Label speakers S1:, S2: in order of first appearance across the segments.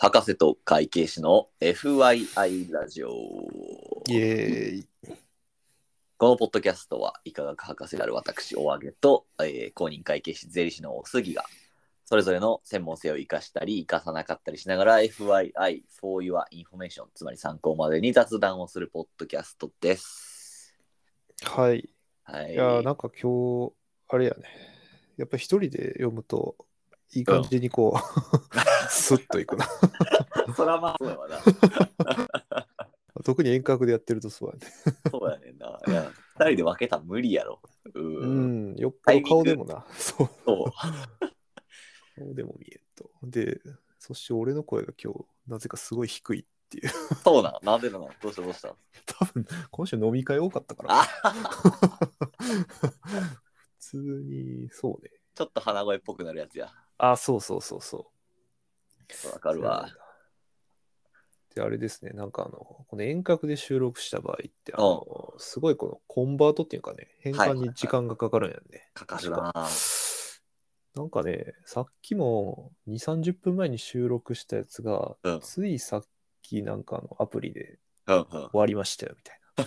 S1: 博士と会計士の FYI ラジオ。こ
S2: イエーイ。
S1: のポッドキャストは、医科学博士である私、おあげと、えー公認会計士税理士のおすぎが、それぞれの専門性を生かしたり、生かさなかったりしながら FYI for your information、つまり参考までに雑談をするポッドキャストです。
S2: はい。
S1: はい。
S2: いやー、なんか今日、あれやね。やっぱ一人で読むと、いい感じにこ う、スッといくな。
S1: そらまあ、そうやわな。
S2: 特に遠隔でやってるとそうやね。
S1: そうやねんな。いや、二人で分けたら無理やろ。う。
S2: うんん、よっぽど顔でもな。そう。
S1: そう。
S2: 顔でも見えんと。で、そして俺の声が今日、なぜかすごい低い。
S1: そうなん。なんでなのどうしたどうした
S2: 多分、今週飲み会多かったから。
S1: あ
S2: 普通に、そうね。
S1: ちょっと鼻声っぽくなるやつや。
S2: あ、そうそうそうそう。
S1: わかるわ。
S2: で、あれですね、なんかあの、この遠隔で収録した場合って、あの、すごいこのコンバートっていうかね、変換に時間がかかるんやんね。
S1: かかるな
S2: なんかね、さっきも2、30分前に収録したやつが、
S1: うん
S2: ついさっきなんかあのアプリで
S1: うんうん。
S2: 終わりましたよみ たいな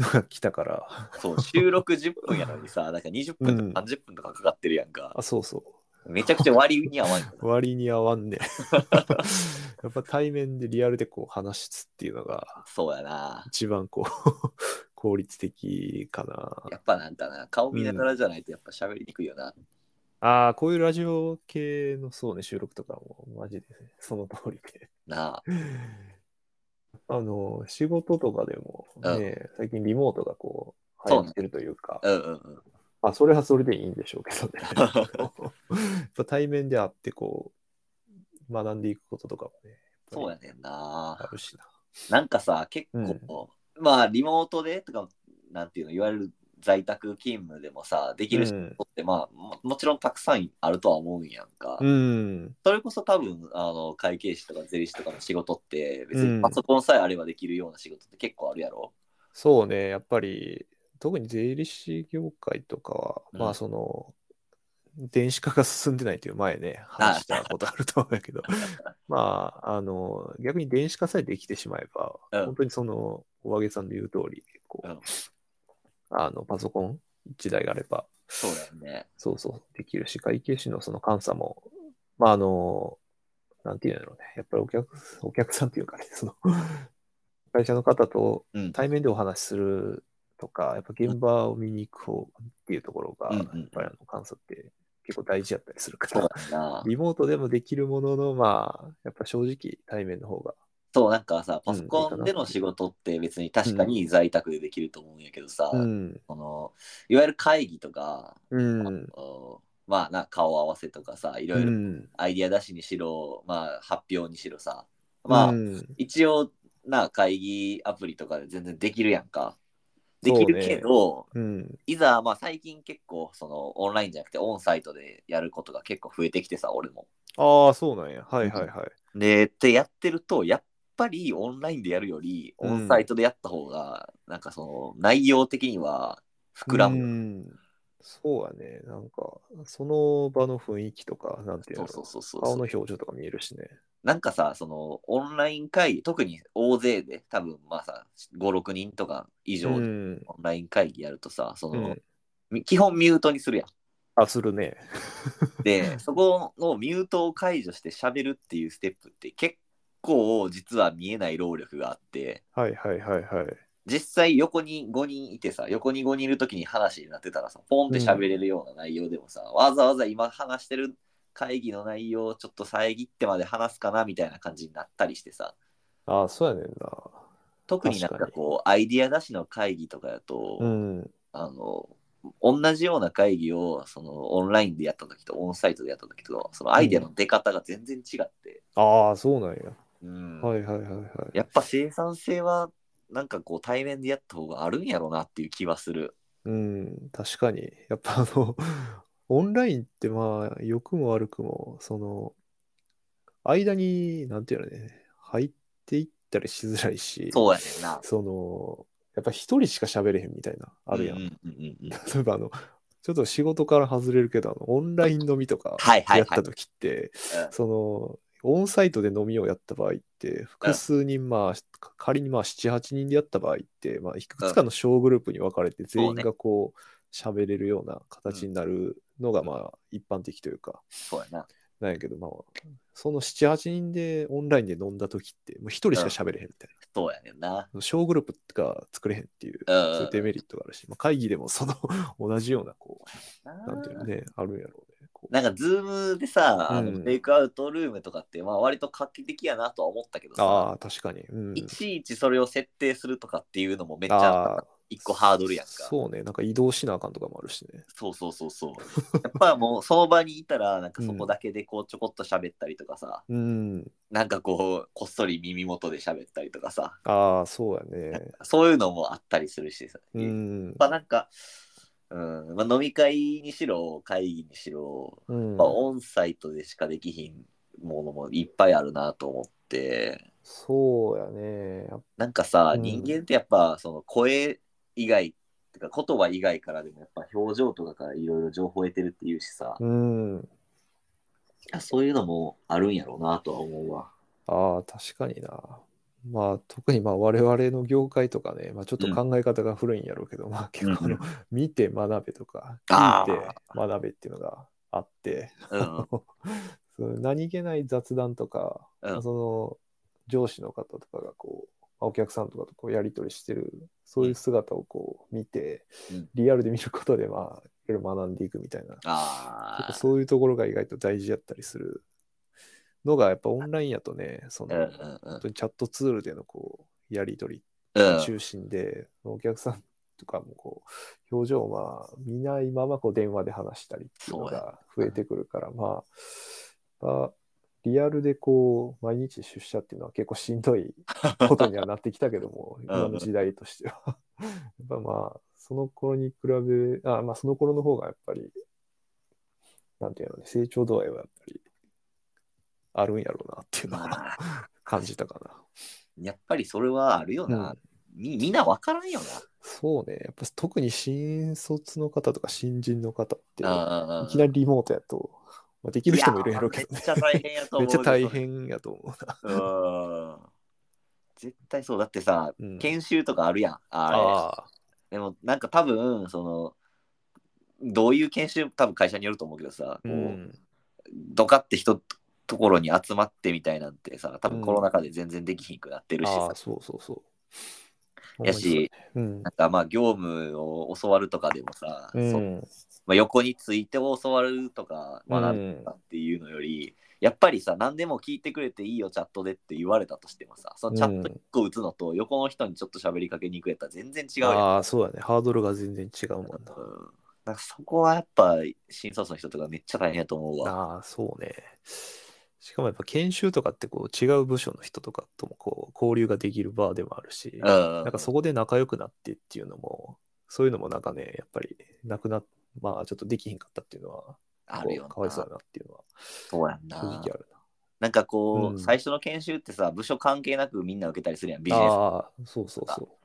S2: のが来たから、
S1: そう、収録10分やのにさ、 なんか20分とか30分とかかかってるやんか
S2: あ、。そうそう、
S1: めちゃくちゃ割に合わんよな。
S2: 割に合わ んね。やっぱ対面でリアルでこう話すっていうのが、
S1: そうやな。
S2: 一番こう効率的か
S1: や
S2: な。
S1: っぱなんかな、顔見ながらじゃないとやっぱ喋りにくいよな。
S2: ああ、こういうラジオ系のそうね、収録とかもマジで、その通りで。
S1: なあ。
S2: あの、仕事とかでもね、最近リモートがこう、
S1: そ
S2: 流
S1: うね
S2: 行ってるというか、
S1: うんうんうん。
S2: まあ、それはそれでいいんでしょうけどね。やっぱ対面で会ってこう、学んでいくこととかもね、やっ
S1: そう
S2: ぱ
S1: や
S2: り
S1: ねんな
S2: あ。るしな。
S1: なんかさ、結構、まあ、リモートでとか、なんていうの、いわゆる在宅勤務でもさ、できる人
S2: うん
S1: って、まあも、もちろんたくさんあるとは思うんやんか。
S2: うん。
S1: それこそ多分、あの、会計士とか税理士とかの仕事って、別
S2: う
S1: に
S2: ん
S1: パソコンさえあればできるような仕事って結構あるやろ。
S2: そうね、やっぱり、特に税理士業界とかは、
S1: うん
S2: まあその、電子化が進んでないという前ね、話したことあると思うんだ けど、まあ、あの、逆に電子化さえできてしまえば、
S1: うん
S2: 本当にその、お揚げさんの言う通り、こう、
S1: うん
S2: あの、パソコン一台があれば、
S1: そうだよね。
S2: そうそう、できるし、会計士のその監査も、まあ、あの、なんていうんだろうね、やっぱりお客、お客さんっていうかね、その、会社の方と
S1: うん。
S2: 対面でお話しするとか、やっぱ現場を見に行く方っていうところが、
S1: うん
S2: や
S1: う
S2: っ
S1: んうん
S2: ぱりあの監査って結構大事だったりするか
S1: そう
S2: ら、
S1: だよな。
S2: リモートでもできるものの、まあ、やっぱ正直対面の方が、
S1: そう、なんかさ、パソコンでの仕事って別に確かに在宅でできると思うんやけどさ、
S2: うん、
S1: そのいわゆる会議とか、
S2: うん、
S1: おまあな、顔合わせとかさ、いろ
S2: う
S1: いろ
S2: ん、
S1: アイディア出しにしろ、まあ、発表にしろさ、まあ、
S2: うん
S1: 一応な会議アプリとかで全然できるやんか。できるけど、
S2: うん、
S1: いざ、まあ、最近結構そのオンラインじゃなくてオンサイトでやることが結構増えてきてさ俺も。
S2: ああ、そうなんや、はいはいはい。
S1: でってやってるとやっぱりオンラインでやるより
S2: う
S1: オ
S2: ん
S1: ンサイトでやった方が、なんかその内容的には膨らむ。
S2: うんそうやね、なんか、その場の雰囲気とか、なんていう
S1: そ
S2: の
S1: う、そうそうそう
S2: 顔の表情とか見えるしね。
S1: なんかさそのオンライン会議特に大勢で多分まあさ56人とか以上
S2: う
S1: で
S2: ん、
S1: オンライン会議やるとさ、その、
S2: うん
S1: み基本ミュートにするやん。
S2: あ、するね。
S1: で、そこのミュートを解除して喋るっていうステップって結構実は見えない労力があって、
S2: はいはいはいはい。
S1: 実際横に5人いてさ、横に5人いる時に話になってたらさ、ポンって喋れるような内容でもさ、わざわざ今話してる会議の内容をちょっと遮ってまで話すかなみたいな感じになったりしてさ、
S2: ああ、そうやねんな。
S1: 特になんか
S2: 確か
S1: こう、アイディア出しの会議とかだと、
S2: うん。
S1: あの、同じような会議をそのオンラインでやった時とオンサイトでやった時とそのアイデアの出方が全然違って、
S2: ああ、そうなんや。
S1: うん
S2: はいはいはいはい。
S1: やっぱ生産性はなんかこう対面でやった方があるんやろなっていう気はする。
S2: うん、確かに。やっぱあの、 オンラインってまあ、良くも悪くも、その、間に、なんていうのね、入っていったりしづらいし、
S1: そうやねんな。
S2: その、やっぱ一人しか喋れへんみたいな、あるやん。
S1: う
S2: 例
S1: んうんうんうん。
S2: えばあの、ちょっと仕事から外れるけど、あの、オンライン飲みとか
S1: はいはいはい
S2: やった時って、その、オンサイトで飲みをやった場合って、複数人、まあ、か仮にまあ7、8人でやった場合って、まあ、いくつかの小グループに分かれて、全員がこう、喋れるような形になるのが、まあ、一般的というか、
S1: そうやな。
S2: なんやけど、まあ、その7、8人でオンラインで飲んだ時って、もう一人しか喋れへんみたい
S1: そうやねんな。
S2: な。小グループが作れへんっていう、
S1: うん
S2: そういうデメリットがあるし、まあ、会議でもその同じような、こう、なんていうのね、あるんやろうね。こう
S1: なんか、ズームでさ、あの
S2: うん
S1: テイクアウトルームとかって、まあ、割と画期的やなとは思ったけどさ、
S2: ああ、確かに。うん。
S1: いちいちそれを設定するとかっていうのもめっち
S2: あ
S1: ゃ
S2: あ、
S1: 一個ハードルやんか。
S2: そうね、なんか移動しなあかんとかもあるしね。
S1: そうそうそうそう。やっぱもう、その場にいたら、なんかそこだけでこう、ちょこっと喋ったりとかさ、
S2: うん。
S1: なんかこう、こっそり耳元で喋ったりとかさ、
S2: ああ、そうや ね。
S1: そういうのもあったりするしさ。
S2: う
S1: やっ
S2: ん。
S1: ぱなんか、うんまあ、飲み会にしろ、会議にしろ、
S2: うん
S1: まあ、オンサイトでしかできひんものもいっぱいあるなと思って、
S2: そうやね。やっ
S1: なんかさ、
S2: うん
S1: 人間ってやっぱその声以外ってか言葉以外からでもやっぱ表情とかからいろいろ情報を得てるっていうしさ、
S2: うん。
S1: そういうのもあるんやろうなとは思う わ。
S2: ああ、確かにな。まあ、特にまあ我々の業界とかね、まあ、ちょっと考え方が古いんやろうけど、まあ結構あの、
S1: う
S2: 見て学べとか、
S1: あ
S2: 聞
S1: ー
S2: いて学べっていうのがあって、
S1: うん、
S2: その何気ない雑談とか、
S1: うん
S2: その上司の方とかがこう、まあお客さんとかとこうやり取りしてる、そういう姿をこう見て、
S1: うん
S2: リアルで見ることで、まあ、いろいろ学んでいくみたいな、
S1: ああ、
S2: そういうところが意外と大事やったりするのが、やっぱオンラインやとね、そ
S1: うんう
S2: の、
S1: んう
S2: 本
S1: ん
S2: 当にチャットツールでのこう、やり取
S1: うん
S2: り中心で、お客さんとかもこう、表情をまあ見ないままこう電話で話したりっていうの
S1: そう
S2: が増えてくるから、まあ、まあ、リアルでこう、毎日出社っていうのは結構しん どいことにはなってきたけども、今の時代としては。 やっぱまあ、その頃に比べ、あまあ、その頃の方がやっぱり、なんていうのね、成長度合いはやっぱり、あるんやろうなっていうのは
S1: まあ
S2: 感じたかな。
S1: やっぱりそれはあるよな。みみんなわからんよ
S2: そうね、やっぱ特に新卒の方とか新人の方って、い
S1: な。うん
S2: きなりリモートやと、まあ、できる人もいるんやろうけど
S1: いやめ
S2: ね。
S1: っちゃ大変やと
S2: め
S1: 思う。
S2: っちゃ大。変やと思うな。
S1: うん。絶対そう。だってさ、
S2: うん
S1: 研修とかあるやん。あれ。
S2: ああ、
S1: でもなんか多分そのどういう研修多分会社によると思うけどさ、
S2: う。
S1: こうんドカって人ところに集まってみたいなんてさ多
S2: う
S1: 分
S2: ん
S1: コロナ禍で全然できひんくなってるし
S2: あ
S1: さ
S2: あ、、そうそうそう。
S1: やし
S2: うん
S1: な。んかまあ業務を教わるとかでもさ、
S2: う
S1: そ
S2: ん。
S1: まあ、横について教わるとか学ぶとかっていうのより、やっぱりさ何でも聞いてくれていいよチャットでって言われたとしてもさそのチャット1個打つのと横の人にちょっと喋りかけに行くやったら全然違うやん
S2: ああ、そうやね。ハードルが全然違うもんな。
S1: うんなんかそこはやっぱ新卒の人とかめっちゃ大変やと思うわ。
S2: ああ、そうね。しかもやっぱ研修とかってこう違う部署の人とかともこう交流ができる場でもあるし、
S1: う
S2: なんんかそこで仲良くなってっていうのも、そういうのもなんかね、やっぱりなくなっ、まあちょっとできひんかったっていうのは、
S1: あるよ
S2: こ
S1: な。
S2: うかわいそうだなっていうのは
S1: そうやん
S2: 正直
S1: な
S2: あ。るな。
S1: なんかこう、
S2: うん
S1: 最初の研修ってさ、部署関係なくみんな受けたりするやん、ビジネス。
S2: ああ、そうそうそ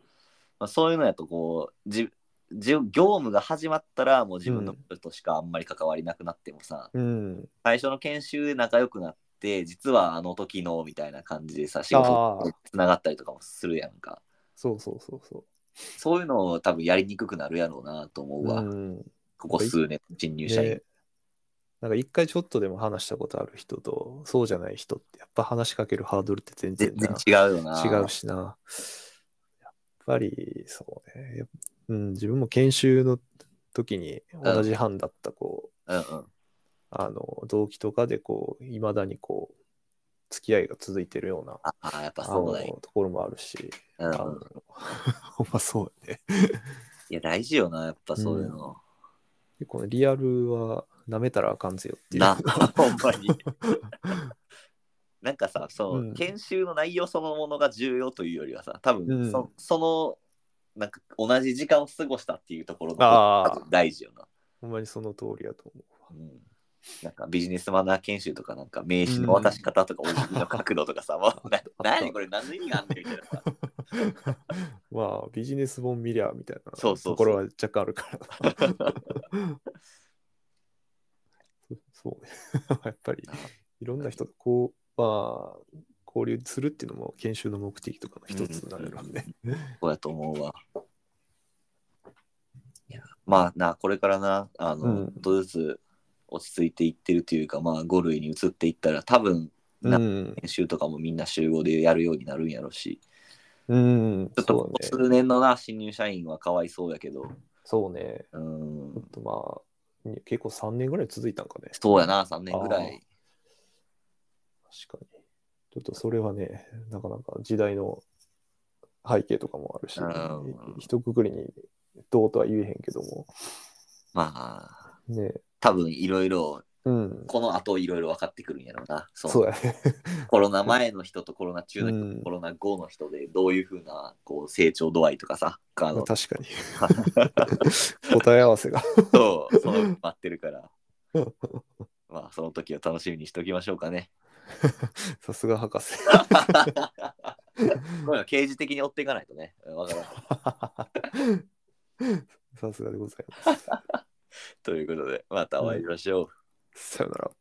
S1: まあ、そういうのやとこう、じじ業務が始まったらもう自分の部署としかあんまり関わりなくなってもさ、
S2: う。うん。
S1: 最初の研修で仲良くなって、実はあの時のみたいな感じでさ、仕
S2: あ
S1: 事
S2: ー
S1: つながったりとかもするやんか。
S2: そうそうそうそ
S1: そういうのを多分やりにくくなるやろうなと思
S2: う。
S1: うわ。
S2: うん。
S1: ここ数年、新入社員。
S2: ねなんか一回ちょっとでも話したことある人と、そうじゃない人って、やっぱ話しかけるハードルって全然
S1: 全
S2: な
S1: 然違うよな。
S2: 違うしな。やっぱり、そうね。やっうん、自分も研修の時に同じ班だった、こう、
S1: うんうん。
S2: あの、同期とかで、こう、いまだにこう、付き合いが続いてるような、
S1: ああ、やっぱ
S2: あ
S1: そう
S2: の
S1: だよ。、
S2: ところもあるし、
S1: うん
S2: あの ほんまそうやね。
S1: いや、大事よな、やっぱそういうの。
S2: 結構ね、リアルは舐めたらあかんぜよっていう。
S1: な、 ほんまに。 なんかさ、そう、
S2: うん
S1: 研修の内容そのものが重要というよりはさ、多分
S2: うん
S1: そ、その、なんか同じ時間を過ごしたっていうところ
S2: あ
S1: が
S2: ー
S1: 多分大事よな。
S2: ほんまにその通りやと思うわ。
S1: うんなんかビジネスマナー研修とかなんか名刺の渡し方とかお辞儀の角度とかさ、 もうな
S2: た
S1: 何やねんこれ何の意味があんねんみたいなさ。
S2: まあ、ビジネス本見りゃみたいな
S1: そうそうそう
S2: ところは若干あ るからな そそうね。やっぱり
S1: な
S2: いろんな人とこう、まあ、交流するっていうのも研修の目的とかの一つになるので、
S1: そうやと思うわ。いやまあな、これからな、あの、
S2: うん
S1: ちょっとずつ落ち着いていってるというか、まあ、5類に移っていったら、多分、
S2: う
S1: うん
S2: ん、
S1: 練習とかもみんな集合でやるようになるんやろし、
S2: うん、
S1: ちょっとここ
S2: そうね、
S1: 数年のな、新入社員はかわいそうやけど、
S2: そうね、
S1: う
S2: ちょっ
S1: ん、
S2: とまあ、に結構3年ぐらい続いたんかね、
S1: そうやな、3年ぐらい。
S2: 確かに。ちょっとそれはね、なかなか時代の背景とかもあるし
S1: うん、
S2: 一括りにどうとは言えへんけども、
S1: まあ、
S2: ね、
S1: 多分いろいろ、
S2: うん、
S1: この後いろいろ分かってくるんやろうな。その
S2: そうやね。
S1: コロナ前の人とコロナ中の人と
S2: うん
S1: コロナ後の人でどういうふうなこう成長度合いとかさ、あ
S2: まあ
S1: の
S2: 確かに。答え合わせが。
S1: そう、その待ってる から
S2: うん。
S1: まあ、その時を楽しみにしておきましょうかね。
S2: さすが 博士。
S1: これは刑事的に追っていかないとね、わからない。
S2: さすがでございま
S1: ということで、またお会いしましょう。
S2: す。さよなら。